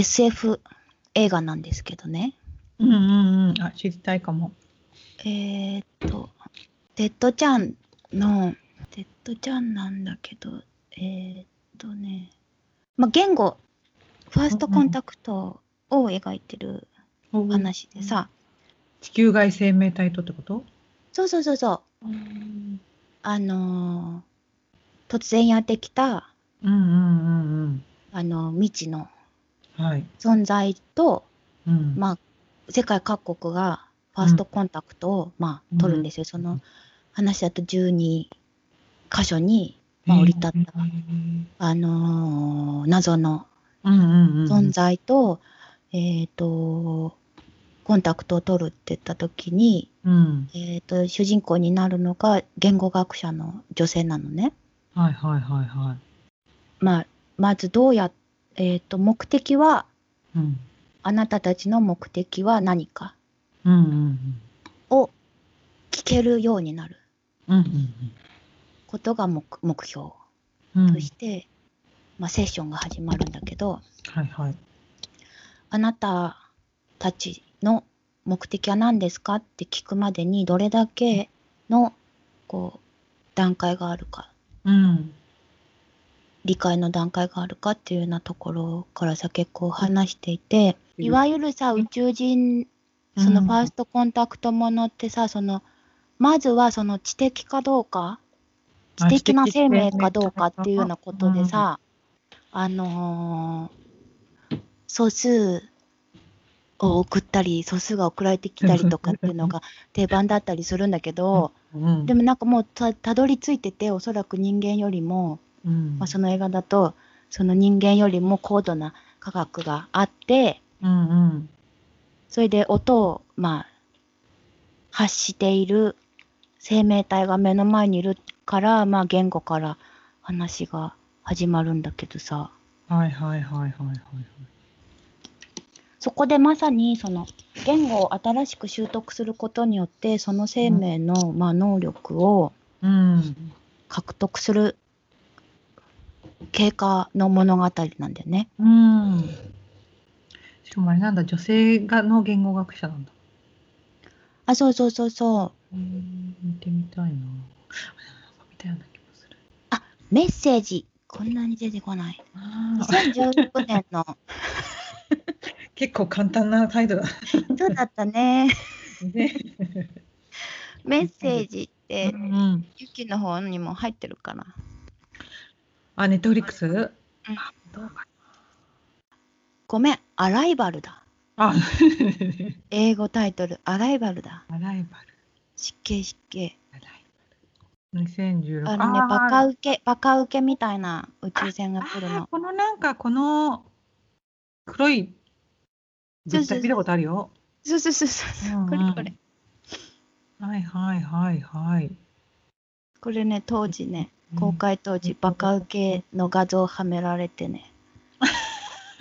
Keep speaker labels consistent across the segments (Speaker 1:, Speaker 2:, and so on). Speaker 1: SF 映画なんですけどね。
Speaker 2: うんうんうん。あ、知りたいかも。
Speaker 1: えーっと、デッドちゃんの、デッドちゃんなんだけど、えーっとね、まあ、言語、ファーストコンタクトを描いてる
Speaker 2: おー
Speaker 1: 話でさ、
Speaker 2: 地球外生命体とってこと
Speaker 1: そうそうそうそう、
Speaker 2: うん
Speaker 1: あのー突然やってきた、
Speaker 2: うんうん
Speaker 1: あの未知の
Speaker 2: うん。はい。
Speaker 1: 存在と、
Speaker 2: うん。
Speaker 1: まあ、世界各国がファーストコンタクトを、まあ、取るんですよ。その話だと12箇所に、まあ、降り立った、
Speaker 2: うん
Speaker 1: あのー謎の
Speaker 2: うんうんうん。
Speaker 1: 存在と、えっ、と、コンタクトを取るって言った時に、
Speaker 2: うん。
Speaker 1: えっ、と、主人公になるのが言語学者の女性なのね。
Speaker 2: はいはいはいは
Speaker 1: まあ、まずどうや、えっ、と、目的は、
Speaker 2: い。うん。
Speaker 1: あなたたちの目的は何か
Speaker 2: うんうん
Speaker 1: を聞けるようになる
Speaker 2: うん。うんうん
Speaker 1: ことが目目標
Speaker 2: うん。うん
Speaker 1: として、まあ、セッションが始まるんだけど、
Speaker 2: はいはい。
Speaker 1: あなたたちの目的は何ですかって聞くまでにどれだけのこう段階があるか
Speaker 2: うん。
Speaker 1: 理解の段階があるかっていうようなところからさ結構話していて
Speaker 2: うん
Speaker 1: いわゆるさ宇宙人そのファーストコンタクトものってさそのまずはその知的かどうか知的な生命かどうかっていうようなことでさ、あのー素数を送ったり素数が送られてきたりとかっていうの が定番だったりするんだけど、
Speaker 2: うん、
Speaker 1: でもなんかもうたたどり着いてておそらく人間よりも、
Speaker 2: うん、
Speaker 1: まあ、その映画だとその人間よりも高度な科学があって
Speaker 2: うんうん
Speaker 1: それで音をまあ発している生命体が目の前にいるから、まあ、言語から話が始まるんだけどさ、
Speaker 2: はいはいはいはいはいはい
Speaker 1: そこでまさにその言語を新しく習得することによってその生命のまあ能力を
Speaker 2: うん
Speaker 1: 獲得する経過の物語なんだよね。
Speaker 2: うんしかもあれなんだ女性がの言語学者なんだ
Speaker 1: あそうそうそうそう
Speaker 2: うん見てみたいなあでもなんか見たような気もする
Speaker 1: メッセージこんなに出てこ ない
Speaker 2: あー
Speaker 1: 2016年の
Speaker 2: 結構簡単な態度だ
Speaker 1: そうだったね
Speaker 2: ね
Speaker 1: メッセージって
Speaker 2: うん
Speaker 1: ユキの方にも入ってるかな。
Speaker 2: あネットフリックス、うん、どうか
Speaker 1: ごめんアライバルだ。
Speaker 2: あ
Speaker 1: 英語タイトルアライバルだ。
Speaker 2: アライバル
Speaker 1: 失敬失敬。
Speaker 2: アライバル2016
Speaker 1: あのね
Speaker 2: ー
Speaker 1: バカウケバカウケみたいな宇宙船が来る
Speaker 2: あー
Speaker 1: の。
Speaker 2: このなんかこの黒い
Speaker 1: そうそうそう
Speaker 2: 絶対見たことあるよ。
Speaker 1: そうそうそうそう。
Speaker 2: うんうん
Speaker 1: これこれ。
Speaker 2: はいはいはいはい。
Speaker 1: これね、当時ね、
Speaker 2: うん
Speaker 1: 公開当時、バカウケの画像はめられて ね、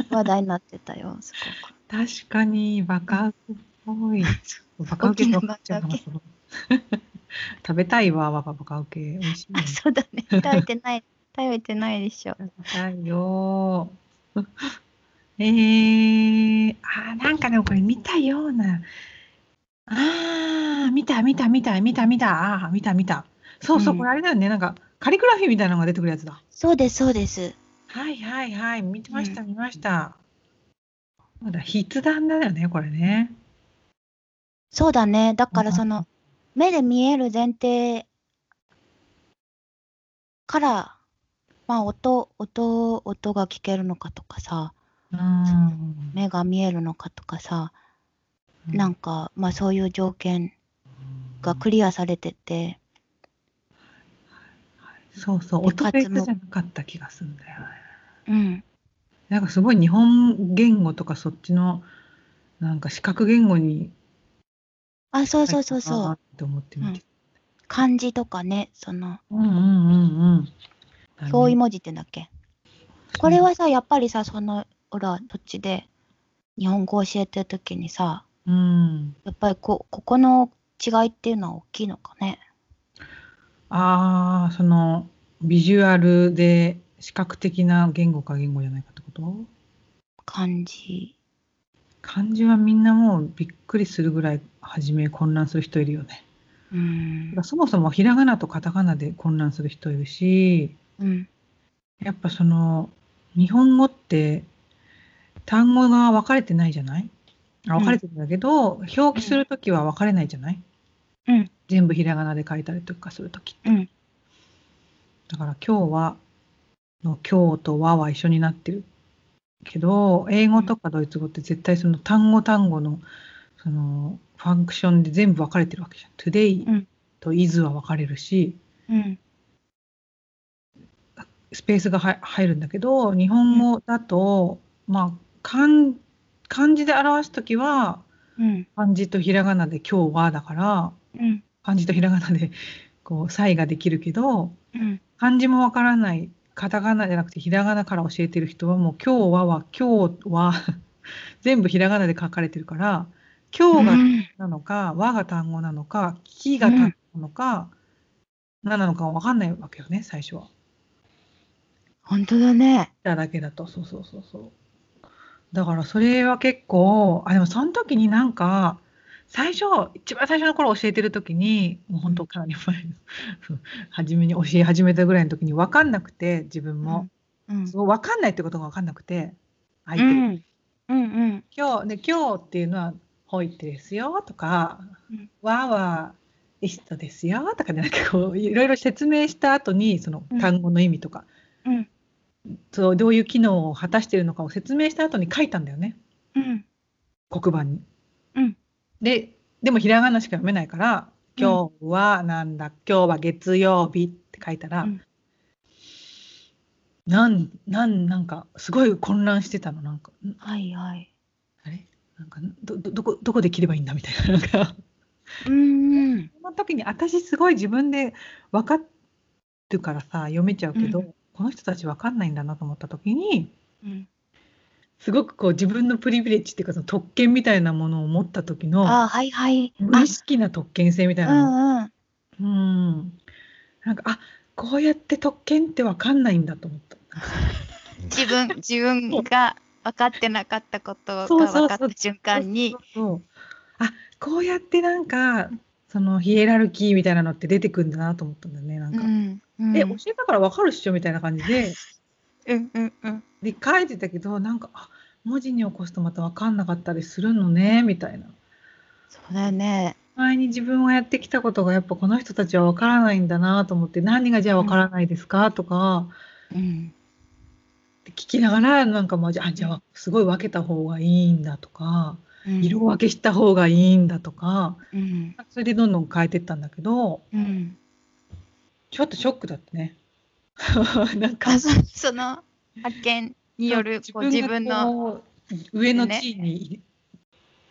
Speaker 1: 話題になってたよ、す
Speaker 2: 確かにバカウケっぽい。バカウケ
Speaker 1: 大
Speaker 2: と
Speaker 1: きなバカウケ
Speaker 2: 食べたいわバカバカウケ。美味しい
Speaker 1: ごく。
Speaker 2: ね
Speaker 1: あ、。 そうだね。食べてない、食べてないでしょ。
Speaker 2: 食べたいよ。 えー、あーなんかでもこれ見たような。あー見た見た見た見た見たあー見た見た。そうそう、
Speaker 1: うん
Speaker 2: これあれだよねなんかカリグラフィーみたいなのが出てくるやつだ。
Speaker 1: そうです、そうです。
Speaker 2: はいはいはい、見てました、
Speaker 1: う
Speaker 2: 見ました。まだ筆談だよね、これね。
Speaker 1: そうだね。だから、
Speaker 2: うん
Speaker 1: その、目で見える前提から、まあ、音、音、音が聞けるのかとかさ、
Speaker 2: う
Speaker 1: 目が見えるのかとかさ、
Speaker 2: ん
Speaker 1: なんか、まあ、そういう条件がクリアされてて、
Speaker 2: そうそう、
Speaker 1: で
Speaker 2: 音ベー
Speaker 1: 活
Speaker 2: スじ
Speaker 1: 動
Speaker 2: ゃなかった気がするんだよね。
Speaker 1: うん。
Speaker 2: なんかすごい日本言語とかそっちの、なんか視覚言語に。
Speaker 1: あ、そうそうそうそ
Speaker 2: あー
Speaker 1: う。
Speaker 2: って思ってみて。
Speaker 1: 漢字とかね、その、
Speaker 2: うんうんうんうん。
Speaker 1: 表意
Speaker 2: も
Speaker 1: 文字ってんだっけ。これはさ、やっぱりさ、その、ほら、土地で日本語教えてるときにさ、
Speaker 2: うん。
Speaker 1: やっぱりこ、ここの違いっていうのは大きいのかね。
Speaker 2: ああ、その、ビジュアルで視覚的な言語か言語じゃないかってこと
Speaker 1: 感じ。
Speaker 2: 漢字はみんなもうびっくりするぐらい初め混乱する人いるよね。
Speaker 1: うん
Speaker 2: だからそもそもひらがなとカタカナで混乱する人いるし、
Speaker 1: うん
Speaker 2: やっぱその日本語って単語が分かれてないじゃないあ
Speaker 1: うん
Speaker 2: 分かれてるんだけど、表記するときは分かれないじゃない
Speaker 1: うん
Speaker 2: 全部ひらがなで書いたりとかするとき。
Speaker 1: うん
Speaker 2: だから今日はの今日とはは一緒になってるけど、英語とかドイツ語って絶対その単語単語のそのファンクションで全部分かれてるわけじゃん。
Speaker 1: う
Speaker 2: today
Speaker 1: ん
Speaker 2: と is は分かれるし、
Speaker 1: うん
Speaker 2: スペースがは入るんだけど日本語だと、まあ漢漢字で表すときは
Speaker 1: うん
Speaker 2: 漢字とひらがなで「今日は」だから
Speaker 1: うん
Speaker 2: 漢字とひらがなでこう差異ができるけど
Speaker 1: うん
Speaker 2: 漢字もわからないカタカナじゃなくてひらがなから教えてる人はもう「今日は」は「今日は」 全部ひらがなで書かれてるから「今日が」なのか「和」が単語なのか「き」が単語なのか、何なのかわかんないわけよね最初は。
Speaker 1: 本当だね。
Speaker 2: ただけだとそうそうそうそうだからそれは結構あでもその時になんか最初一番最初の頃教えてる時にもう本当かなり前の 初めに教え始めたぐらいの時に分かんなくて自分も、
Speaker 1: うん
Speaker 2: そう分かんないってことが分かんなくて相
Speaker 1: う
Speaker 2: 手、
Speaker 1: んうん
Speaker 2: 今日で今日っていうのは「ほいってですよ」とか
Speaker 1: うん
Speaker 2: 「わ」は「イストですよ」とかでなんかこういろいろ説明した後にその単語の意味とか、
Speaker 1: うん
Speaker 2: そうどういう機能を果たしているのかを説明した後に書いたんだよね
Speaker 1: うん
Speaker 2: 黒板に。
Speaker 1: うん
Speaker 2: ででもひらがなしか読めないから「
Speaker 1: うん
Speaker 2: 今日はなんだ、今日は月曜日」って書いたら、
Speaker 1: うん
Speaker 2: なんなんなんかすごい混乱してたのなんかん
Speaker 1: はいはい。
Speaker 2: あれなんかどどどこどこで切ればいいんだみたいななんか
Speaker 1: うんうん
Speaker 2: その時に私すごい自分で分かってるからさ読めちゃうけど、
Speaker 1: う
Speaker 2: この人たち分かんないんだなと思った時に。
Speaker 1: うん。
Speaker 2: すごくこう自分のプリビレッジっていうかその特権みたいなものを持った時の
Speaker 1: あはいはい。
Speaker 2: 無意識な特権性みたい
Speaker 1: あう
Speaker 2: なの
Speaker 1: んうん。
Speaker 2: うんなんかあこうやって特権って分かんないんだと思った
Speaker 1: 自分自分が分かってなかったことが
Speaker 2: そうそうそう
Speaker 1: 分かった瞬間に
Speaker 2: そう。そうそうあこうやってなんかそのヒエラルキーみたいなのって出てくるんだなと思ったんだよねなん
Speaker 1: う
Speaker 2: か、
Speaker 1: んうん
Speaker 2: え教えたから分かるっしょみたいな感じで
Speaker 1: うんうんうん
Speaker 2: で書いてたけどなんかあ文字に起こすとまた分かんなかったりするのねみたいな
Speaker 1: そうだよね
Speaker 2: 前に自分がやってきたことがやっぱこの人たちは分からないんだなと思って何がじゃあ分からないですかとか
Speaker 1: うん
Speaker 2: 聞きながらなんかまあじゃあじゃあすごい分けた方がいいんだとか
Speaker 1: うん
Speaker 2: 色分けした方がいいんだとか
Speaker 1: うん
Speaker 2: それでどんどん変えてったんだけど
Speaker 1: うん
Speaker 2: ちょっとショックだったね。 なんか
Speaker 1: あそその発見によるこう自分の
Speaker 2: の上の地位に、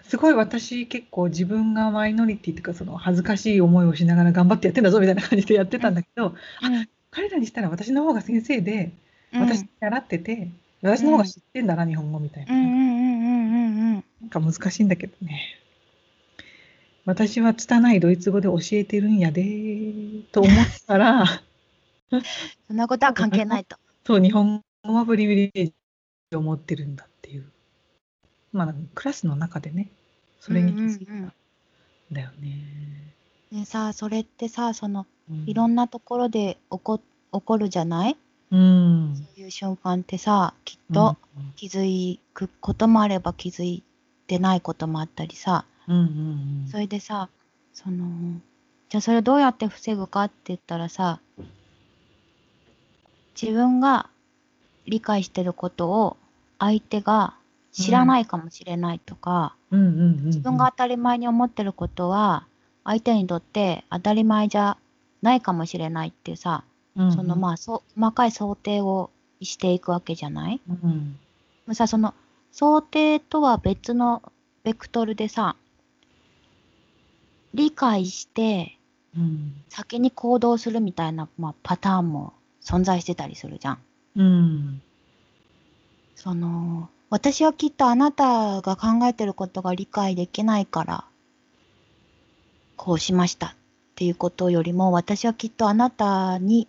Speaker 2: すごい私結構自分がマイノリティというかその恥ずかしい思いをしながら頑張ってやってんだぞみたいな感じでやってたんだけど、
Speaker 1: うん
Speaker 2: 彼らにしたら私の方が先生で、
Speaker 1: うん
Speaker 2: 私習ってて私の方が知ってんだな、日本語みたいな、
Speaker 1: うんうんうんうんうん
Speaker 2: なんか難しいんだけどね私は拙いドイツ語で教えてるんやでと思っ たら
Speaker 1: そんなことは関係ないと
Speaker 2: そう日本語はプリビレージを持ってるんだっていうまあクラスの中でね それに気づいたんだよね、
Speaker 1: ねさあそれってさその
Speaker 2: うん
Speaker 1: いろんなところで起こ起こるじゃない
Speaker 2: うん
Speaker 1: そういう瞬間ってさきっ
Speaker 2: うん
Speaker 1: と気づくこともあれば気づいてないこともあったりさ、
Speaker 2: うんうん
Speaker 1: それでさそのじゃあそれをどうやって防ぐかって言ったらさ自分が理解してることを相手が知らないかもしれないとか、
Speaker 2: うんうんうんうん
Speaker 1: 自分が当たり前に思ってることは相手にとって当たり前じゃないかもしれないっていうさ、そのまあそう細かい想定をしていくわけじゃない
Speaker 2: あ、うん
Speaker 1: もうさその想定とは別のベクトルでさ理解して
Speaker 2: うん
Speaker 1: 先に行動するみたいな、まあ、パターンも存在してたりするじゃん。
Speaker 2: うん
Speaker 1: その私はきっとあなたが考えてることが理解できないからこうしましたっていうことよりも私はきっとあなたに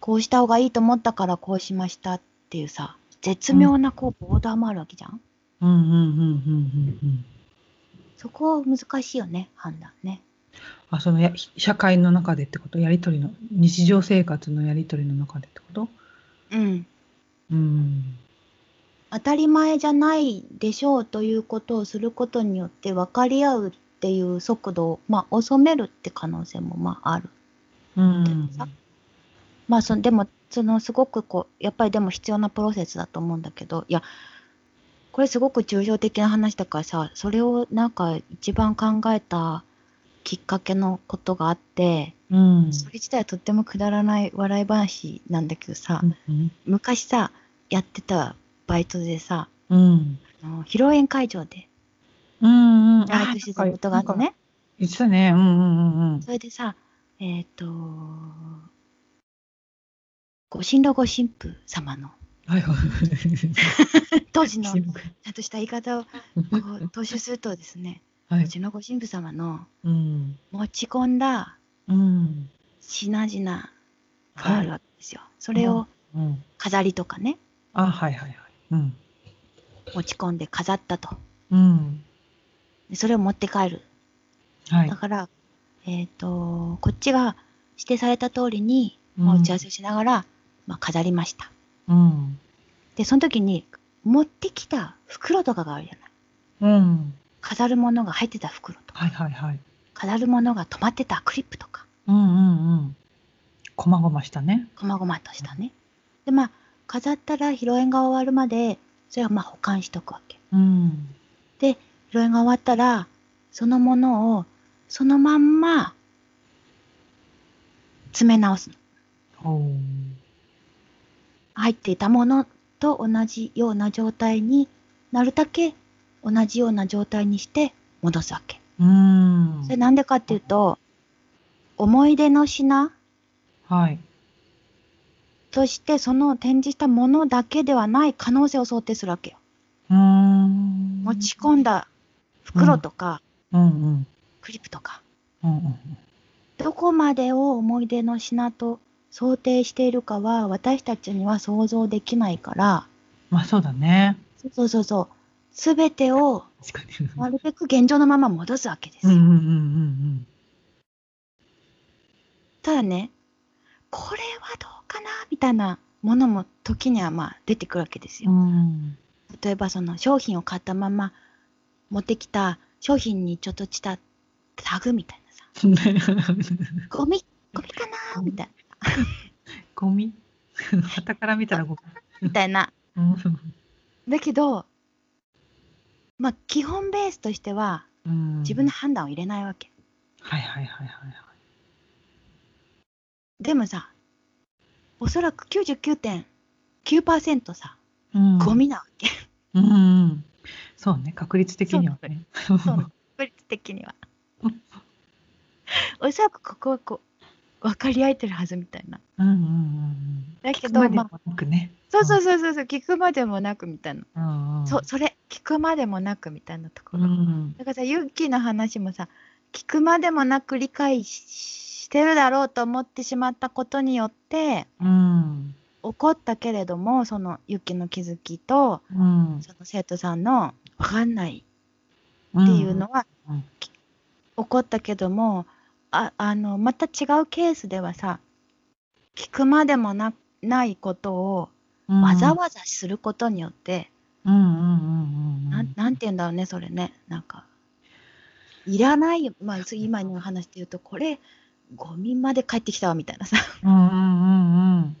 Speaker 1: こうした方がいいと思ったからこうしましたっていうさ絶妙なこうボーダーもあるわけじゃん。
Speaker 2: うんうんうんうんうんうん。
Speaker 1: そこは難しいよね、判断ね。
Speaker 2: あ、そのや社会の中でってことやりとりの、日常生活のやりとりの中でってこと
Speaker 1: うん。
Speaker 2: うん。
Speaker 1: 当たり前じゃないでしょうということをすることによって分かり合うっていう速度を、まあ、遅めるって可能性もまあある。
Speaker 2: うん。
Speaker 1: まあ、そのでもそのすごくこうやっぱりでも必要なプロセスだと思うんだけどいやこれすごく抽象的な話だからさそれをなんか一番考えたきっかけのことがあって
Speaker 2: うん。
Speaker 1: それ自体はとってもくだらない笑い話なんだけどさ
Speaker 2: うん。
Speaker 1: 昔さやってたバイトでさ
Speaker 2: うん。
Speaker 1: あの披露宴会場で
Speaker 2: うん。
Speaker 1: バイトしてたことがあって。ね
Speaker 2: 言ってたね。うんうんうんうん。
Speaker 1: それでさえっ、とご新郎ご新婦様の
Speaker 2: はいはい。
Speaker 1: 当時のちゃんとした言い方をこう踏襲するとですね、
Speaker 2: は
Speaker 1: う
Speaker 2: い。
Speaker 1: ちのご神父様の
Speaker 2: うん。
Speaker 1: 持ち込んだ
Speaker 2: うん。
Speaker 1: 品々があるわけですよ。それ
Speaker 2: う
Speaker 1: を
Speaker 2: うん。
Speaker 1: 飾りとかね、
Speaker 2: あ、はいはいはい。うん。
Speaker 1: 持ち込んで飾ったと。
Speaker 2: うん。
Speaker 1: でそれを持って帰る。
Speaker 2: はい
Speaker 1: だ。から、えっ、と、こっちが指定された通りに、
Speaker 2: うん
Speaker 1: まあ打ち合わせをしながら、まあ、飾りました。
Speaker 2: うん。
Speaker 1: で、その時に、持ってきた袋とかがあるじゃない。
Speaker 2: うん。
Speaker 1: 飾るものが入ってた袋とか、
Speaker 2: はいはいはい。
Speaker 1: 飾るものが止まってたクリップとか。
Speaker 2: うんうんうん。こまごましたね。
Speaker 1: こまごまとしたね。でまあ飾ったら披露宴が終わるまでそれはまあ保管しとくわけ。
Speaker 2: うん。
Speaker 1: 披露宴が終わったらそのものをそのまんま詰め直すの。
Speaker 2: おー
Speaker 1: 入っていたものと同じような状態になるだけ同じような状態にして戻すわけ。
Speaker 2: うん
Speaker 1: そ。れなんでかっていうと思い出の品
Speaker 2: はい。
Speaker 1: としてその展示したものだけではない可能性を想定するわけよ。
Speaker 2: うん。
Speaker 1: 持ち込んだ袋とか、
Speaker 2: うんうん。
Speaker 1: クリップとか
Speaker 2: うんうん
Speaker 1: どこまでを思い出の品と想定しているかは私たちには想像できないから
Speaker 2: まあそうだね。
Speaker 1: そうそうそうそう全てを
Speaker 2: 確かに。
Speaker 1: なるべく現状のまま戻すわけです
Speaker 2: う
Speaker 1: よ、
Speaker 2: んうんうんうん
Speaker 1: ただねこれはどうかなみたいなものも時にはまあ出てくるわけです
Speaker 2: う
Speaker 1: よ、
Speaker 2: ん。
Speaker 1: 例えばその商品を買ったまま持ってきた商品にちょっとしたタグみたいなさ
Speaker 2: うん。
Speaker 1: ゴミゴミかなみたいな
Speaker 2: ゴミ。 傍から見たらゴミ。
Speaker 1: みたいな
Speaker 2: うん
Speaker 1: だけど、まあ、基本ベースとしては
Speaker 2: うん
Speaker 1: 自分の判断を入れないわけ。
Speaker 2: はいはいはいはいは
Speaker 1: でもさ、おそらく99.9%さ、
Speaker 2: い。うん
Speaker 1: ゴ。ミなわ け。
Speaker 2: うんうん。そうね。確率的にはね。
Speaker 1: その確率的には。おそらくここはこう、分かり合えてるはずみたいな。
Speaker 2: うんうんうん
Speaker 1: だけ
Speaker 2: うん。
Speaker 1: ど、
Speaker 2: まで
Speaker 1: ま
Speaker 2: も
Speaker 1: あ、
Speaker 2: なくね。
Speaker 1: そうそうそうそうそう、聞くまでもなくみたいな。
Speaker 2: うんうん。
Speaker 1: そそれ、聞くまでもなくみたいなとこ
Speaker 2: う
Speaker 1: ろ。
Speaker 2: ん。
Speaker 1: だからさ、ユッキーの話もさ、聞くまでもなく理解ししてるだろうと思ってしまったことによって、
Speaker 2: うん。
Speaker 1: 怒ったけれども、そのユッキーの気づきと、
Speaker 2: うん。
Speaker 1: その生徒さんの分かんない
Speaker 2: っ
Speaker 1: っていうのは、
Speaker 2: うん
Speaker 1: き怒ったけども、ああの、また違うケースではさ、聞くまでもなないことをわざわざすることによって、
Speaker 2: うんうんうんうんう
Speaker 1: なんんなんて言うんだろうね、それね。なんか、いらないよ、まあ、そう今の話で言うと、これ、ゴミまで帰ってきたわみたいなさ、
Speaker 2: うんうんうんうん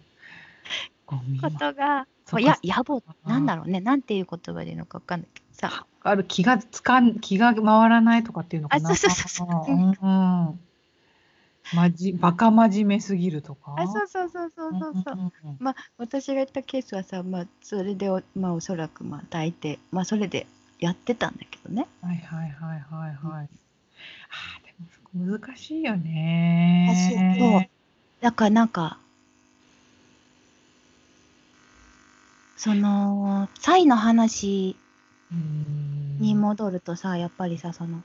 Speaker 2: ゴミ
Speaker 1: こ
Speaker 2: は
Speaker 1: とが、
Speaker 2: そ
Speaker 1: まあ
Speaker 2: っ
Speaker 1: い
Speaker 2: か
Speaker 1: や、野暮、なんだろうね、なんていう言葉で言うのか分かんないけどさ、
Speaker 2: ある気がつかん気が回らないとかっていうのかな
Speaker 1: あそうそうそうそう
Speaker 2: うんうんまじバカ真面目すぎるとか
Speaker 1: あそうそうそうそうそうそう、
Speaker 2: んんうん
Speaker 1: まあ私が言ったケースはさまあそれでおまあおそらくまあ大抵まあそれでやってたんだけどね、
Speaker 2: はいはいはいはいはいあーでもそこ難しいよね
Speaker 1: 難しいそうだからなんかその「サイ」の話
Speaker 2: うん
Speaker 1: に戻るとさやっぱりさその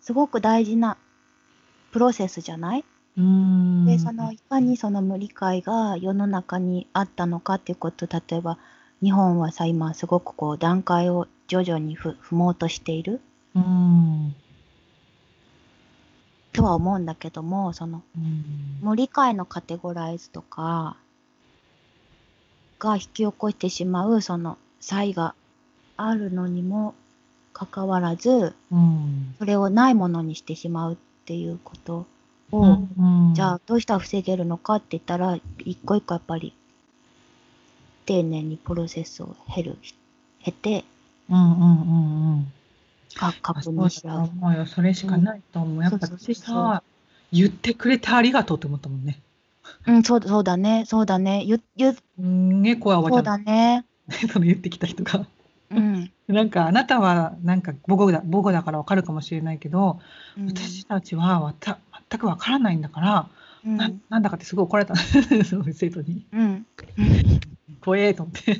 Speaker 1: すごく大事なプロセスじゃない、
Speaker 2: うん
Speaker 1: でそのいかにその無理解が世の中にあったのかっていうこと例えば日本はさ今すごくこう段階を徐々にふ踏もうとしている
Speaker 2: うん
Speaker 1: とは思うんだけどもその
Speaker 2: うん
Speaker 1: もう理解のカテゴライズとかが引き起こしてしまうその差異があるのにもかかわらず
Speaker 2: うん
Speaker 1: それをないものにしてしまうっていうことを、
Speaker 2: うん
Speaker 1: じゃあどうしたら防げるのかって言ったら一個一個やっぱり丁寧にプロセスを経る経て
Speaker 2: うんうんうんうん
Speaker 1: か
Speaker 2: あ
Speaker 1: 確
Speaker 2: そう
Speaker 1: 認
Speaker 2: だ
Speaker 1: し
Speaker 2: と
Speaker 1: 合う。
Speaker 2: 思うよそれしかないと思う、やっぱ
Speaker 1: そうそう
Speaker 2: 私
Speaker 1: そうそう
Speaker 2: さ言ってくれてありがとうって思ったもんね
Speaker 1: うん、そうそうだね、そうだね、ゆゆ
Speaker 2: うんねこわわち
Speaker 1: そ
Speaker 2: ゃ
Speaker 1: うん
Speaker 2: と
Speaker 1: だね。
Speaker 2: その言ってきた人が
Speaker 1: うん。
Speaker 2: なんかあなたはなんか母語だ母語だからわかるかもしれないけど、
Speaker 1: うん
Speaker 2: 私たちはわた全くわからないんだから、
Speaker 1: うん
Speaker 2: ななんだかってすごい怒られたその 生徒に
Speaker 1: うん。
Speaker 2: 怖えと思って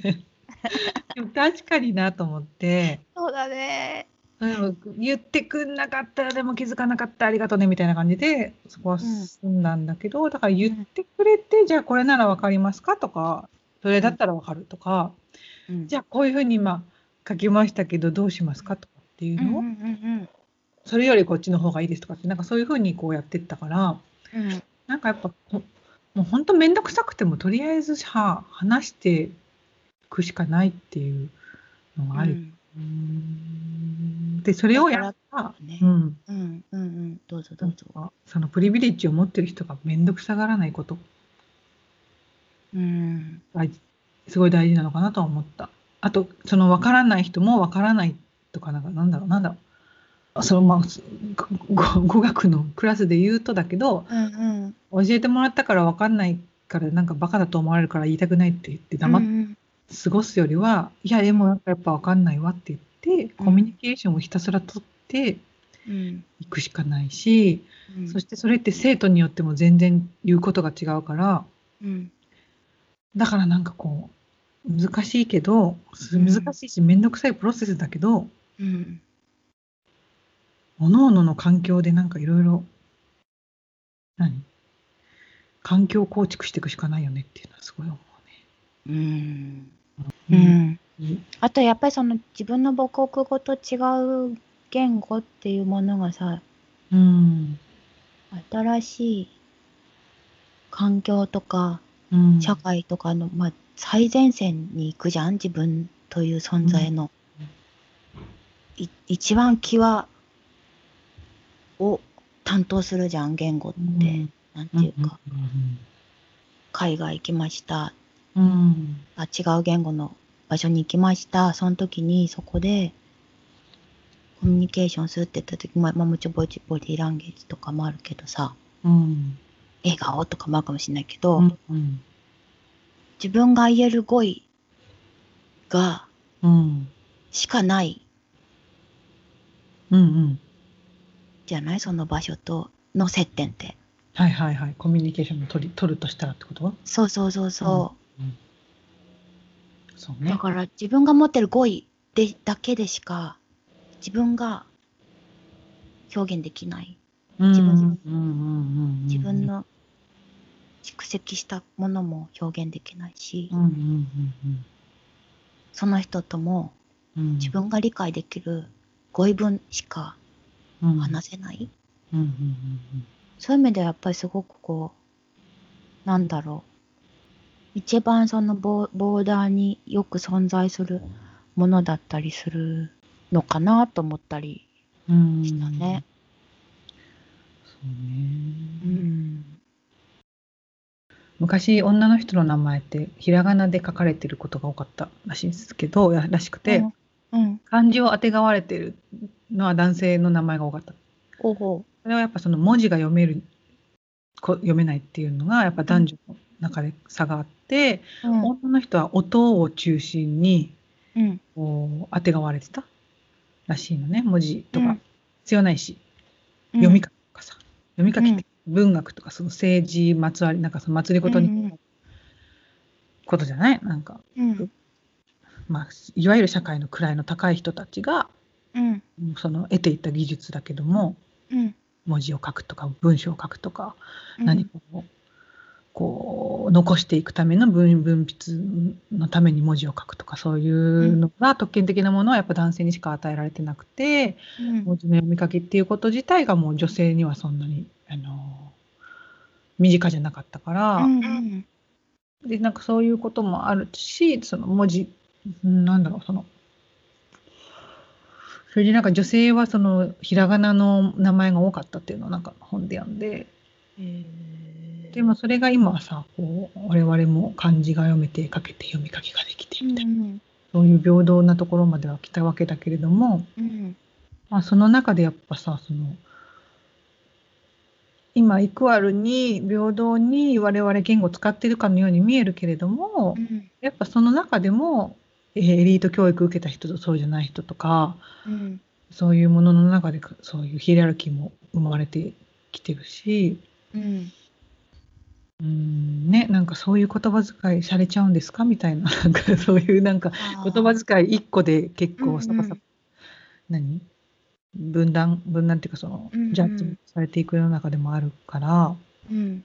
Speaker 2: でも確かになと思って、
Speaker 1: そうだね。
Speaker 2: うん、言ってくんなかったでも気づかなかったありがとうねみたいな感じでそこは済んだんだけど、だから言ってくれて、じゃあこれならわかりますかとかそれだったらわかるとか、
Speaker 1: うん
Speaker 2: じゃあこういうふうに今書きましたけどどうしますかとかっていう
Speaker 1: うんうん
Speaker 2: のを、
Speaker 1: うん
Speaker 2: それよりこっちの方がいいですとかってなんかそういうふうにこうやってったから
Speaker 1: うんうん
Speaker 2: なんかやっぱこもうほんと面倒くさくてもとりあえずは話してくしかないっていうのがあ
Speaker 1: う
Speaker 2: る。
Speaker 1: ん
Speaker 2: うんでそれをやった、
Speaker 1: ね
Speaker 2: うん、
Speaker 1: うんうんうんどうぞど
Speaker 2: ど
Speaker 1: う
Speaker 2: う
Speaker 1: ぞ。
Speaker 2: ぞそのプリビレッジを持ってる人が面倒くさがらないこと
Speaker 1: うん
Speaker 2: がすごい大事なのかなとは思った。あとその分からない人も分からないとかなんかなんだろうなんだろうそのまあごご語学のクラスで言うとだけど
Speaker 1: うんうん
Speaker 2: 教えてもらったから分かんないからなんかバカだと思われるから言いたくないって言って黙
Speaker 1: う
Speaker 2: っ
Speaker 1: ん
Speaker 2: て過ごすよりは、いやでもなんかやっぱ分かんないわって言って
Speaker 1: うん
Speaker 2: コミュニケーションをひたすら取って
Speaker 1: うん
Speaker 2: いくしかないし、
Speaker 1: うん
Speaker 2: そしてそれって生徒によっても全然言うことが違うから
Speaker 1: うん
Speaker 2: だからなんかこう難しいけどす
Speaker 1: うん
Speaker 2: 難しいし面倒くさいプロセスだけど、
Speaker 1: うん
Speaker 2: 各々の環境でなんかいろいろ何環境構築していくしかないよねっていうのはすごい思
Speaker 1: うん
Speaker 2: う
Speaker 1: う
Speaker 2: ね。
Speaker 1: ん
Speaker 2: うん
Speaker 1: あとやっぱりその自分の母国語と違う言語っていうものがさ
Speaker 2: うん
Speaker 1: 新しい環境とか
Speaker 2: うん
Speaker 1: 社会とかの、まあ、最前線に行くじゃん自分という存在の、い一番際を担当するじゃん言語って、
Speaker 2: うん
Speaker 1: なんていうか、海外行きました
Speaker 2: うん
Speaker 1: あ違う言語の場所に行きましたその時にそこでコミュニケーションするって言った時、まあ、まあもちろんボディボディーランゲージとかもあるけどさ
Speaker 2: うん
Speaker 1: 笑顔とかもあるかもしれないけど、
Speaker 2: うんうん
Speaker 1: 自分が言える語彙が
Speaker 2: うん
Speaker 1: しかない
Speaker 2: うん
Speaker 1: じゃないその場所との接点って。
Speaker 2: はいはいはいコミュニケーションを取り取るとしたらってこと
Speaker 1: そうそうそうそ
Speaker 2: そう
Speaker 1: う。
Speaker 2: ね
Speaker 1: だから自分が持ってる語彙でだけでしか自分が表現できない。自分
Speaker 2: 分
Speaker 1: 自分の蓄積したものも表現できないし
Speaker 2: うん、うんうん
Speaker 1: その人とも
Speaker 2: うんうん
Speaker 1: 自分が理解できる語彙文しか
Speaker 2: 話
Speaker 1: 話せない。
Speaker 2: うんうん
Speaker 1: そういう意味ではやっぱりすごくこう、なんだろう。一番そのボーボーダーによく存在するものだったりするのかなと思ったり。
Speaker 2: うんうん
Speaker 1: したね
Speaker 2: そうね
Speaker 1: ん。
Speaker 2: 昔女の人の名前ってひらがなで書かれてることが多かったらしいんですけどららしくて、
Speaker 1: うん。
Speaker 2: 漢字をあてがわれてるのは男性の名前が多かった。
Speaker 1: おほ
Speaker 2: それはやっぱその文字が読めるこ読めないっていうのがやっぱ男女の中で差があって、
Speaker 1: う。うん。
Speaker 2: 女の人は音を中心に
Speaker 1: うん。
Speaker 2: こうあてがわれてたらしいのね文字と
Speaker 1: う
Speaker 2: か
Speaker 1: ん
Speaker 2: 必要ないし、読み
Speaker 1: か
Speaker 2: 書きとかさ読み書きって文学とかその政治まつわりなんかその祭りごと
Speaker 1: うんうん
Speaker 2: にことじゃないなんか、
Speaker 1: うん。
Speaker 2: まあ、いわゆる社会の位の高い人たちが
Speaker 1: うん。
Speaker 2: その得ていった技術だけども
Speaker 1: うん。
Speaker 2: 文字を書くとか文章を書くとか何かをこう残していくための文文筆のために文字を書くとかそういうのが特権的なものはやっぱ男性にしか与えられてなくて、
Speaker 1: うん
Speaker 2: 文字の読み書きっていうこと自体がもう女性にはそんなにあの身近じゃなかったから、
Speaker 1: うんうん
Speaker 2: でなんかそういうこともあるしその文字うんなんだろうそのそれでなんか女性はそのひらがなの名前が多かったっていうのをなんか本で読んででもそれが今はさこう我々も漢字が読めて書けて読み書きができてみたいな、
Speaker 1: うん
Speaker 2: そういう平等なところまでは来たわけだけれども、
Speaker 1: うん
Speaker 2: まあ、その中でやっぱさその今イクアルに平等に我々言語を使ってるかのように見えるけれども
Speaker 1: うん
Speaker 2: やっぱその中でもえーエリート教育受けた人とそうじゃない人とか
Speaker 1: うん
Speaker 2: そういうものの中でそういうヒエラルキーも生まれてきてるし
Speaker 1: うん
Speaker 2: うんねなんかそういう言葉遣いされちゃうんですかみたいななんかそういうなんか言葉遣い一個で結
Speaker 1: うんう
Speaker 2: 構
Speaker 1: ん
Speaker 2: サバサバ、何分断分断っていうかその、
Speaker 1: うんうん
Speaker 2: ジャッジされていく世の中でもあるから
Speaker 1: うん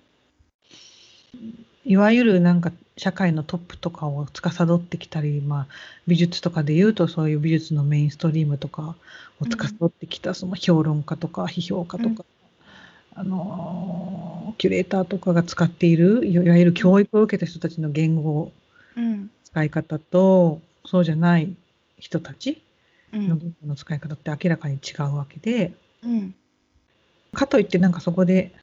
Speaker 2: いわゆるなんか社会のトップとかを司ってきたり、まあ、美術とかでいうとそういう美術のメインストリームとかを司ってきたその評論家とか批評家とか、あのーキュレーターとかが使っているいわゆる教育を受けた人たちの言語
Speaker 1: うん
Speaker 2: 使い方とそうじゃない人たち
Speaker 1: う
Speaker 2: の
Speaker 1: ん
Speaker 2: 言語の使い方って明らかに違うわけで
Speaker 1: うん
Speaker 2: かといってなんかそこで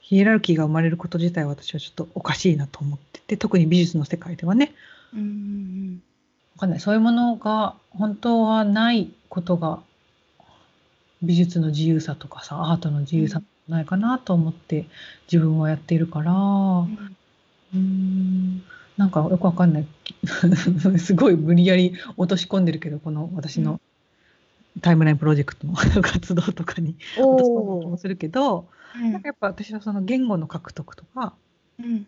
Speaker 2: ヒエラルキーが生まれること自体は私はちょっとおかしいなと思ってて特に美術の世界ではね
Speaker 1: うんうん
Speaker 2: わかんないそういうものが本当はないことが美術の自由さとかさアートの自由さないかなと思って自分はやっているから、
Speaker 1: うん
Speaker 2: うーんなんかよくわかんないすごい無 理やり落とし込んでるけどこの私のタイムラインプロジェクトの 活動とかに落とし込んだり
Speaker 1: お
Speaker 2: も
Speaker 1: お
Speaker 2: するけど
Speaker 1: うん
Speaker 2: なんかやっぱ私はその言語の獲得とか
Speaker 1: うん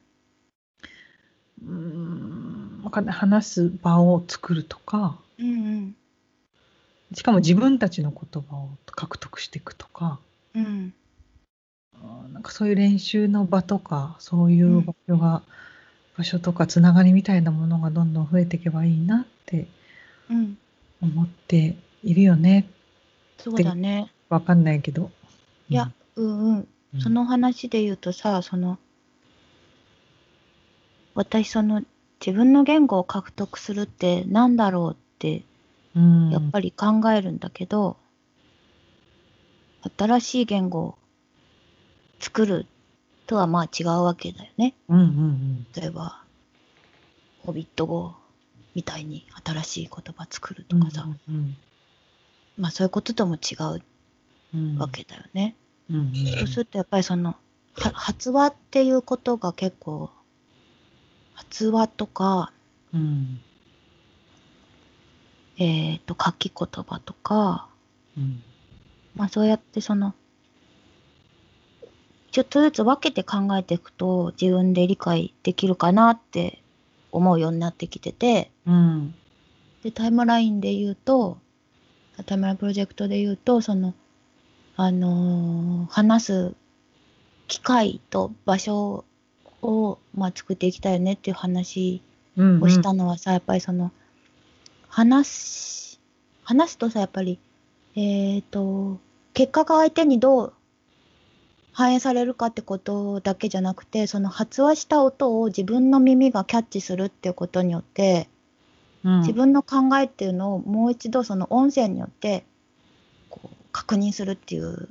Speaker 2: うーんわかんない話す場を作るとか
Speaker 1: うん
Speaker 2: しかも自分たちの言葉を獲得していくとか
Speaker 1: うん
Speaker 2: うんなんかそういう練習の場とかそういう場所が、場所とかつながりみたいなものがどんどん増えていけばいいなって
Speaker 1: うん
Speaker 2: 思っているよね
Speaker 1: そうだね
Speaker 2: わかんないけど
Speaker 1: いや、うんうん
Speaker 2: うん
Speaker 1: その話で言うとさその私その自分の言語を獲得するってなんだろうって
Speaker 2: うん
Speaker 1: やっぱり考えるんだけど、新しい言語を作るとはまあ違うわけだよね
Speaker 2: うんうん
Speaker 1: 例えば「ホビット語」みたいに新しい言葉作る
Speaker 2: う
Speaker 1: と
Speaker 2: ん
Speaker 1: かさ、
Speaker 2: うん
Speaker 1: まあそういうこととも違
Speaker 2: うん
Speaker 1: うわけだよね。
Speaker 2: うんうん
Speaker 1: そうするとやっぱりそのは発話っていうことが結構発話とか、
Speaker 2: うん
Speaker 1: えー、と書き言葉とか、
Speaker 2: うん
Speaker 1: まあ、そうやってそのちょっとずつ分けて考えていくと自分で理解できるかなって思うようになってきてて
Speaker 2: うん
Speaker 1: でタイムラインで言うとタイムラインプロジェクトで言うとそのあのー話す機会と場所を、まあ、作っていきたいよねっていう話
Speaker 2: うん
Speaker 1: をしたのはさ、やっぱりその話し話すとさやっぱりえっ、と結果が相手にどう反映されるかってことだけじゃなくてその発話した音を自分の耳がキャッチするっていうことによって
Speaker 2: うん
Speaker 1: 自分の考えっていうのをもう一度その音声によってこう確認するっていう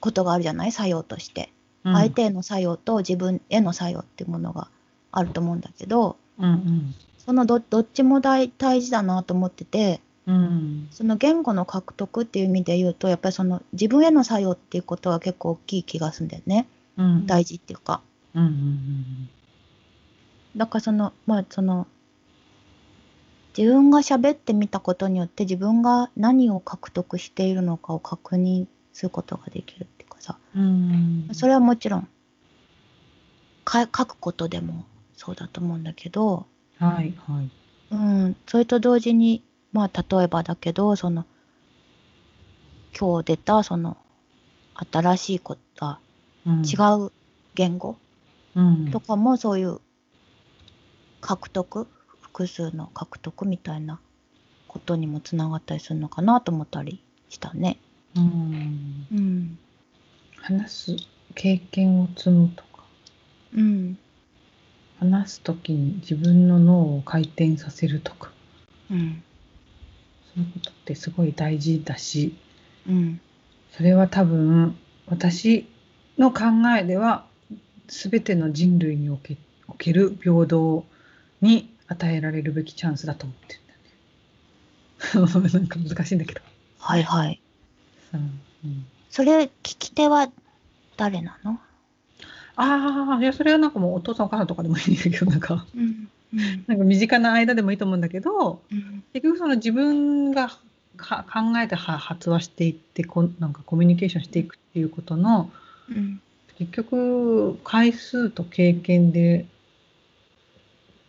Speaker 1: ことがあるじゃない作用として
Speaker 2: うん
Speaker 1: 相手への作用と自分への作用っていうものがあると思うんだけど、
Speaker 2: うん
Speaker 1: そのどどっちも大大事だなと思ってて
Speaker 2: うんうん
Speaker 1: その言語の獲得っていう意味で言うとやっぱりその自分への作用っていうことは結構大きい気がするんだよね
Speaker 2: うん
Speaker 1: 大事っていうか
Speaker 2: うんうん
Speaker 1: だからそのまあその自分が喋ってみたことによって自分が何を獲得しているのかを確認することができるっていうかさ
Speaker 2: うんうん
Speaker 1: それはもちろんか書くことでもそうだと思うんだけど、
Speaker 2: はいはい
Speaker 1: うん、それと同時に、まあ、例えばだけど、その、今日出た、その、新しいこと、あ
Speaker 2: うん
Speaker 1: 違う言語
Speaker 2: うん
Speaker 1: とかもそういう獲得複数の獲得みたいなことにもつながったりするのかなと思ったりしたね。
Speaker 2: うん、
Speaker 1: うん、
Speaker 2: 話す経験を積むとか
Speaker 1: うん、
Speaker 2: 話す時に自分の脳を回転させるとか
Speaker 1: うん、
Speaker 2: そういうことってすごい大事だし
Speaker 1: うん、
Speaker 2: それは多分私の考えでは全ての人類におけおける平等に与えられるべきチャンスだと思ってるんだよね。 なんか難しいんだけど。
Speaker 1: はいはい。
Speaker 2: うんうん、
Speaker 1: それ聞き手は誰なの？
Speaker 2: ああいやそれはなんかもうお父さんお母さんとかでもいいんだけどなんか
Speaker 1: うん、うん、
Speaker 2: なんか身近な間でもいいと思うんだけど
Speaker 1: うん、
Speaker 2: 結局その自分がか考えては発話していってこんなんかコミュニケーションしていくっていうことの
Speaker 1: うん、
Speaker 2: 結局回数と経験で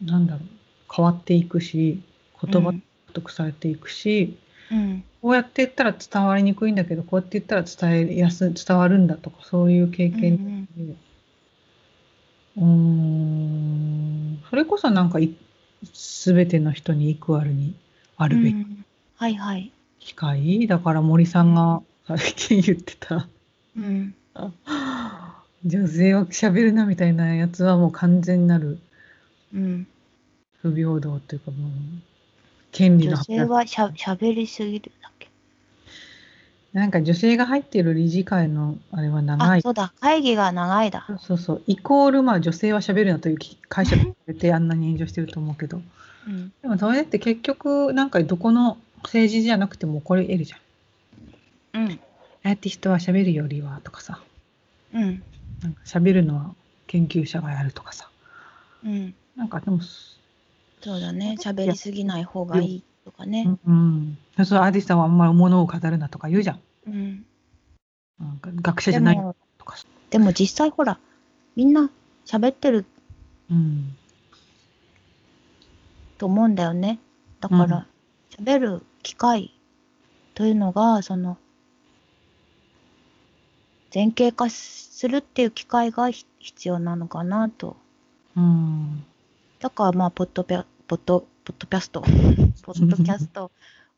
Speaker 2: なんだろう変わっていくし言葉
Speaker 1: う
Speaker 2: が
Speaker 1: ん
Speaker 2: 獲得されていくし、
Speaker 1: うん、
Speaker 2: こうやって言ったら伝わりにくいんだけどこうやって言ったら伝えやす伝わるんだとかそういう経
Speaker 1: うん、う
Speaker 2: 験
Speaker 1: ん、
Speaker 2: でうーんそれこそなんかい全ての人にイクアルにあるべき
Speaker 1: はいはい。
Speaker 2: 機会、だから森さんが最近言ってた
Speaker 1: うん、
Speaker 2: 女性は喋るなみたいなやつはもう完全なる
Speaker 1: うん。
Speaker 2: 不平等というかもう権利の
Speaker 1: 女性
Speaker 2: 働き
Speaker 1: はしゃ喋りすぎるだっけ。
Speaker 2: なんか女性が入っている理事会のあれは長
Speaker 1: あ、
Speaker 2: い
Speaker 1: そうだ。会議が長いだ
Speaker 2: そ。うそうそうイコールまあ女性は喋るなという解釈されてあんなに炎上してると思うけど
Speaker 1: うん、
Speaker 2: でもそれって結局なんかどこの政治じゃなくても起こり得るじゃん
Speaker 1: うん、
Speaker 2: アーティストは喋るよりはとかさ
Speaker 1: うん、
Speaker 2: なんか喋るのは研究者がやるとかさ
Speaker 1: うん。
Speaker 2: なんかでも
Speaker 1: そうだね。喋りすぎない方がいいとかね。
Speaker 2: うん、そうアーティストはあんまり物を語るなとか言うじゃん。
Speaker 1: うん。
Speaker 2: なんか学者
Speaker 1: で
Speaker 2: じゃない。
Speaker 1: も
Speaker 2: とか、
Speaker 1: でも実際ほら、みんな喋ってる
Speaker 2: うん、
Speaker 1: と思うんだよね。だか
Speaker 2: うん
Speaker 1: ら、喋る機会というのが、その、前傾化するっていう機会がひ必要なのかなと。
Speaker 2: うん、
Speaker 1: だからまあ、ポッドペポッド、ポッドキャ スト、ポッドキャスト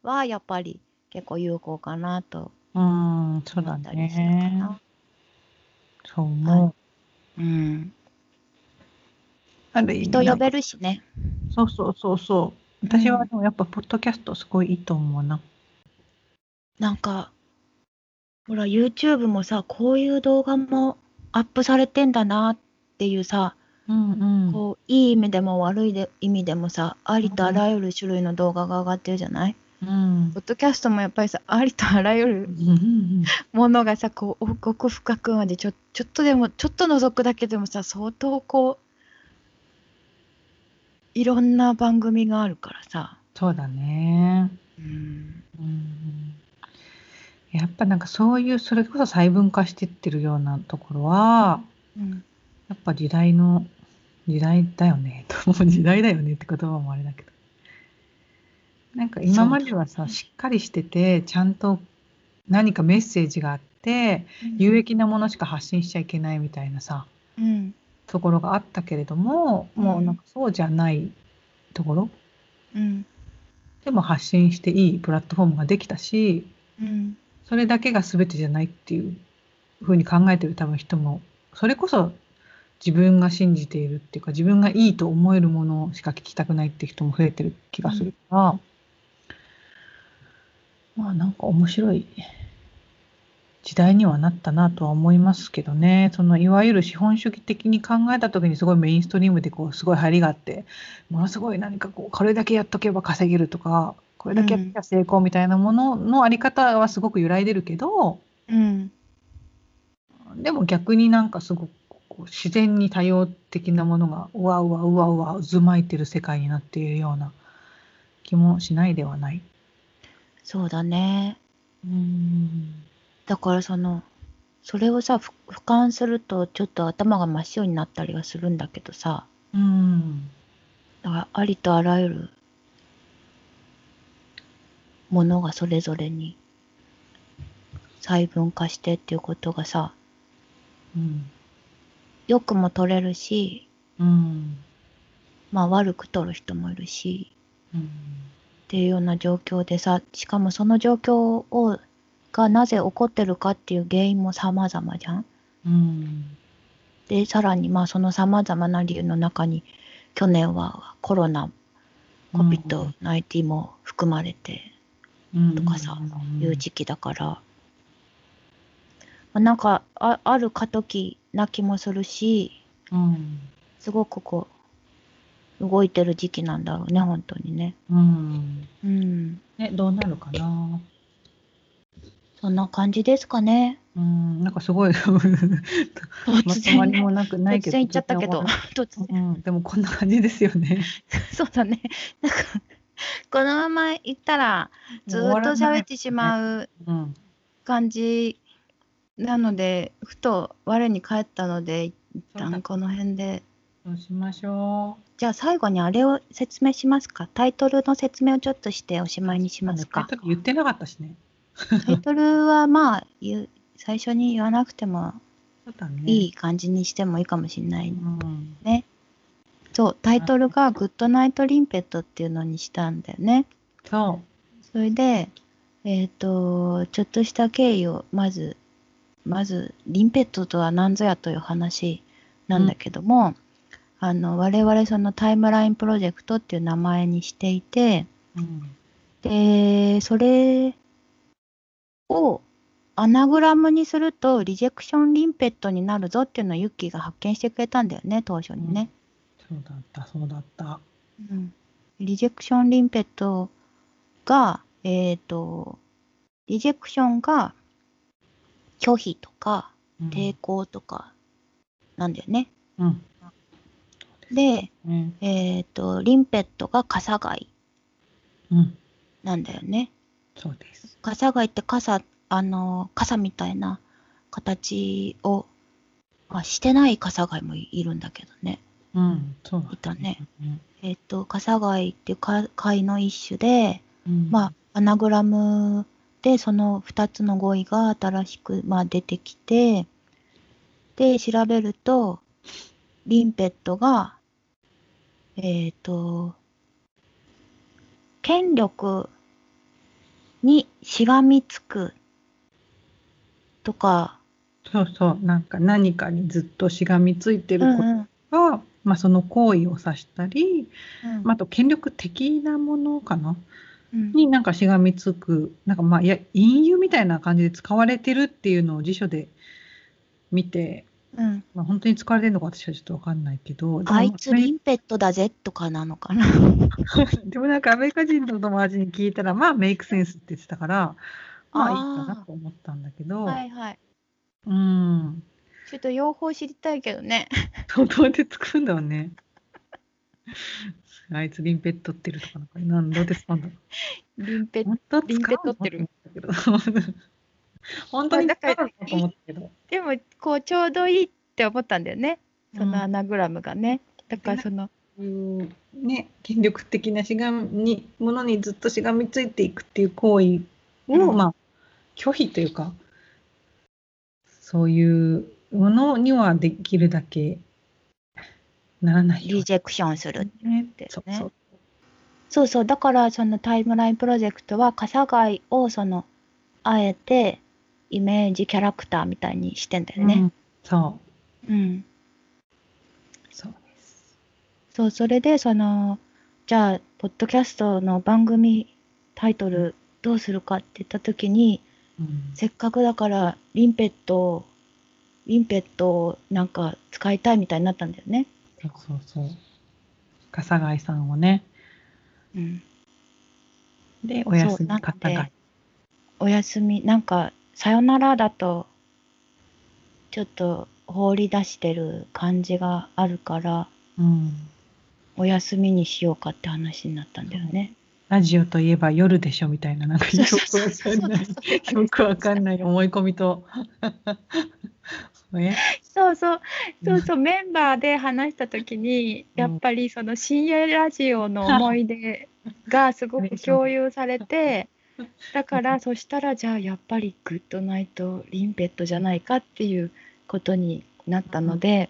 Speaker 1: はやっぱり結構有効かなと
Speaker 2: うん、そう
Speaker 1: 思
Speaker 2: だ
Speaker 1: ったりしたか
Speaker 2: ね。
Speaker 1: な。
Speaker 2: そう思う。
Speaker 1: うん。
Speaker 2: ある意
Speaker 1: 人
Speaker 2: 味
Speaker 1: 呼べるしね。
Speaker 2: そうそうそうそう。私はでもやっぱポッドキャストすごいいいと思うな。
Speaker 1: なんか、ほら、YouTube もさ、こういう動画もアップされてんだなっていうさ、
Speaker 2: うんうん。
Speaker 1: こう、いい意味でも悪いで意味でもさ、ありとあらゆる種類の動画が上がってるじゃない、
Speaker 2: うん
Speaker 1: ポッドキャストもやっぱりさ、ありとあらゆ
Speaker 2: う
Speaker 1: る
Speaker 2: んうん
Speaker 1: ものがさ、こう、奥奥深くまでちょ、ちょっとでも、ちょっと覗くだけでもさ、相当こう、いろんな番組があるからさ。
Speaker 2: そうだね。
Speaker 1: うん。
Speaker 2: うんやっぱなんかそういうそれこそ細分化してってるようなところは
Speaker 1: うん。
Speaker 2: やっぱ時代の時代だよね ともう時代だよねって言葉もあれだけどなんか今までは
Speaker 1: そうだ
Speaker 2: さ
Speaker 1: ね
Speaker 2: しっかりしててちゃんと何かメッセージがあって有益なものしか発信しちゃいけないみたいなさ
Speaker 1: うん。
Speaker 2: ところがあったけれどももうなんかそうじゃないところ
Speaker 1: うん。
Speaker 2: でも発信していいプラットフォームができたし
Speaker 1: うん。
Speaker 2: それだけが全てじゃないっていうふうに考えてる多分人もそれこそ自分が信じているっていうか自分がいいと思えるものしか聞きたくないって人も増えてる気がするから、まあなんか面白い時代にはなったなとは思いますけどねそのいわゆる資本主義的に考えた時にすごいメインストリームでこうすごい張りがあってものすごい何かこうこれだけやっとけば稼げるとかこれだけやっとけば成功みたいなもののあり方はすごく揺らいでるけど、
Speaker 1: うん。
Speaker 2: でも逆になんかすごくこう自然に多様的なものがうわうわうわうわ渦巻いてる世界になっているような気もしないではない。
Speaker 1: そうだね。
Speaker 2: うん
Speaker 1: だからそのそれをさふ俯瞰するとちょっと頭が真っ白になったりはするんだけどさ
Speaker 2: うん
Speaker 1: だからありとあらゆるものがそれぞれに細分化してっていうことがさ
Speaker 2: うん
Speaker 1: 良くも取れるし、
Speaker 2: うん。
Speaker 1: まあ悪く取る人もいるし、
Speaker 2: うん。
Speaker 1: っていうような状況でさ、しかもその状況を、がなぜ起こってるかっていう原因も様々じゃん。
Speaker 2: うん。
Speaker 1: で、さらにまあその様々な理由の中に、去年はコロナ、COVID-19 も含まれてとかさ
Speaker 2: うん
Speaker 1: いう時期だから、まあなんかあある過渡期な気もするし、
Speaker 2: うん。
Speaker 1: すごくこう、動いてる時期なんだろうね、本当にね。
Speaker 2: うん。
Speaker 1: うん。
Speaker 2: ね、どうなるかな。
Speaker 1: そんな感じですかね。
Speaker 2: うん、なんかす ごいま
Speaker 1: 突
Speaker 2: とま
Speaker 1: 然、
Speaker 2: りもなくない
Speaker 1: 突
Speaker 2: け
Speaker 1: 然言
Speaker 2: ど。
Speaker 1: っちゃったけど、突然。
Speaker 2: うん、でもこんな感じですよね。
Speaker 1: そうだね。なんか、このまま行ったら、 ずーっと喋ってしまう
Speaker 2: うん。
Speaker 1: 感じなので、ふと我に返ったので、一
Speaker 2: そうだ
Speaker 1: 旦この辺で。
Speaker 2: そうしましょう。
Speaker 1: じゃあ最後にあれを説明しますか。タイトルの説明をちょっとしておしまいにしますか。
Speaker 2: タイトル言ってなかったしね。
Speaker 1: タイトルはまあ、言う最初に言わなくても
Speaker 2: そうだね。
Speaker 1: いい。感じにしてもいいかもしれない。
Speaker 2: うん。
Speaker 1: そう、タイトルがグッドナイトリンペットっていうのにしたんだよね。
Speaker 2: そ
Speaker 1: それで、えっ、と、ちょっとした経緯をまず、まず、リンペットとは何ぞやという話なんだけども、あの、我々そのタイムラインプロジェクトっていう名前にしていて、
Speaker 2: う。うん。
Speaker 1: で、それをアナグラムにするとリジェクションリンペットになるぞっていうのをユッキーが発見してくれたんだよね、当初にね。
Speaker 2: そうだった、そうだった。
Speaker 1: うんリジェクションリンペットが、えっ、と、リジェクションが拒否とか
Speaker 2: うん
Speaker 1: 抵抗とかなんだよね。
Speaker 2: うん。
Speaker 1: で、
Speaker 2: ね
Speaker 1: えっ、と、リンペットが傘貝
Speaker 2: うん。
Speaker 1: なんだよね。
Speaker 2: そうです。
Speaker 1: 傘貝って傘、あの、傘みたいな形を、まあ、してない傘貝もいいるんだけどね。
Speaker 2: うん。そうだっ
Speaker 1: いたね。
Speaker 2: うん
Speaker 1: えっ、と、傘貝っていうか貝の一種で、
Speaker 2: うん。
Speaker 1: まあ、アナグラムでその2つの語彙が新しく、まあ、出てきてで調べるとリンペットがえっ、と権力にしがみつくとか、
Speaker 2: そうそう。なんか何かにずっとしがみついて
Speaker 1: う
Speaker 2: る
Speaker 1: ん
Speaker 2: こ
Speaker 1: うん
Speaker 2: とが、まあその行為を指したり、
Speaker 1: うん
Speaker 2: まああと権力的なものかな。
Speaker 1: うん
Speaker 2: になんかしがみつく、なんかまあ、いや、隠喩みたいな感じで使われてるっていうのを辞書で見て、
Speaker 1: うん
Speaker 2: まあ、本当に使われてるのか私はちょっとわかんないけど、でも
Speaker 1: あいつリンペットだぜとかなのかな。
Speaker 2: でもなんかアメリカ人の友達に聞いたら、まあ、メイクセンスって言ってたから、まあいいかなと思ったんだけど、
Speaker 1: はいはい。
Speaker 2: うん。
Speaker 1: ちょっと用法知りたいけどね。
Speaker 2: どうどうやって作るんだろうね。あいつリンペットってるとかなんか、なんどうやって使うんだろう。
Speaker 1: リンペット
Speaker 2: 本当は使 うの
Speaker 1: リンペットってる。
Speaker 2: 本当 に使うのと思ったけど。
Speaker 1: でもこうちょうどいいって思ったんだよねそのアナグラムがね、だからその
Speaker 2: うんね、権力的なしがみにものにずっとしがみついていくっていう行為を、
Speaker 1: うん
Speaker 2: まあ、拒否というかそういうものにはできるだけならないよう
Speaker 1: リ
Speaker 2: に
Speaker 1: ジェクションする
Speaker 2: ね
Speaker 1: てね
Speaker 2: そうそう
Speaker 1: そうそうだからそのタイムラインプロジェクトは笠貝をそのあえてイメージキャラクターみたいにしてんだよ
Speaker 2: う
Speaker 1: ね
Speaker 2: んそ
Speaker 1: う
Speaker 2: う
Speaker 1: ん、
Speaker 2: そうです。
Speaker 1: そうそれでそのじゃあポッドキャストの番組タイトルどうするかって言った時に
Speaker 2: うん
Speaker 1: せっかくだからリンペットをリンペットをなんか使いたいみたいになったんだよね
Speaker 2: そうそうそう。笠貝さんをね。
Speaker 1: うん
Speaker 2: で、お休み
Speaker 1: そう
Speaker 2: 笠
Speaker 1: なの
Speaker 2: 貝
Speaker 1: で。お休みなんか「さよなら」だとちょっと放り出してる感じがあるから
Speaker 2: うん。
Speaker 1: お休みにしようかって話になったんだよ ね。
Speaker 2: ラジオといえば夜でしょみたいな、なんかよくわかんない。 よくわかん
Speaker 1: い。
Speaker 2: ない思い込みと。 ね
Speaker 1: そうそうそうそうメンバーで話した時に
Speaker 2: うん
Speaker 1: やっぱりその深夜ラジオの思い出がすごく共有されて。だからそしたらじゃあやっぱりグッドナイトリンペットじゃないかっていうことになったので、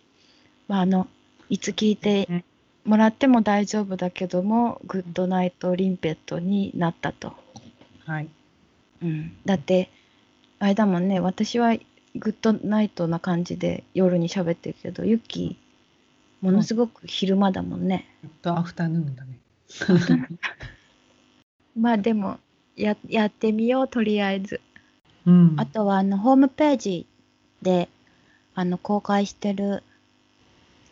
Speaker 1: まあ、あのいつ聞いてもらっても大丈夫だけども「グッドナイトリンペット」になったと。
Speaker 2: はい。
Speaker 1: うん、だってあれだもんね私はグッドナイトな感じで夜に喋ってるけどユッキーものすごく昼間だもんね、
Speaker 2: グッドアフタヌーンだね。
Speaker 1: まあでもややってみようとりあえず
Speaker 2: うん。
Speaker 1: あとはあのホームページであの公開してる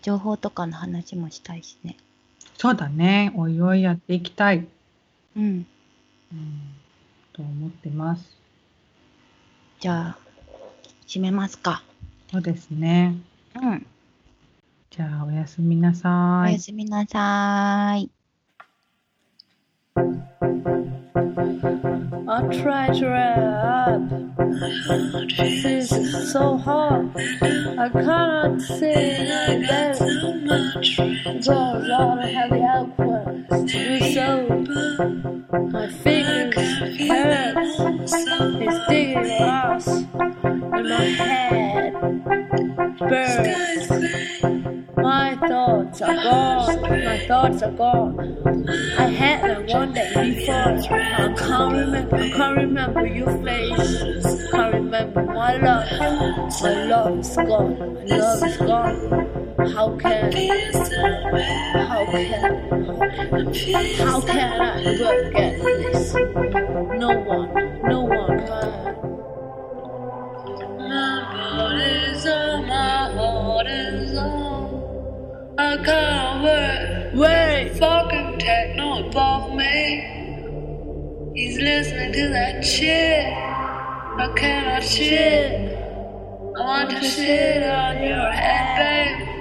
Speaker 1: 情報とかの話もしたいしね
Speaker 2: そうだね。おいおいやっていきたい。
Speaker 1: うん
Speaker 2: うん。と思ってます。
Speaker 1: じゃあ閉めますか
Speaker 2: そうですね。
Speaker 1: うん
Speaker 2: じゃあおやすみなさ
Speaker 1: お
Speaker 2: い
Speaker 1: や。すみなさーい
Speaker 3: I try to wrap up, but it's so hard. I cannot say that there's a lot of heavy output. It's so my fingers hurt. It's digging rocks in my head. Birds. My thoughts are gone. My thoughts are gone. I had them one day before. I can't remember. I can't remember your face. Can't remember my love. My love is gone. My love is gone. How can? How can? How can I look at this? No one. No one. can. My heart is on. My heart is on. I can't wait. Wait. Fucking techno above me. He's listening to that shit. I cannot shit. I want to shit on your head, babe.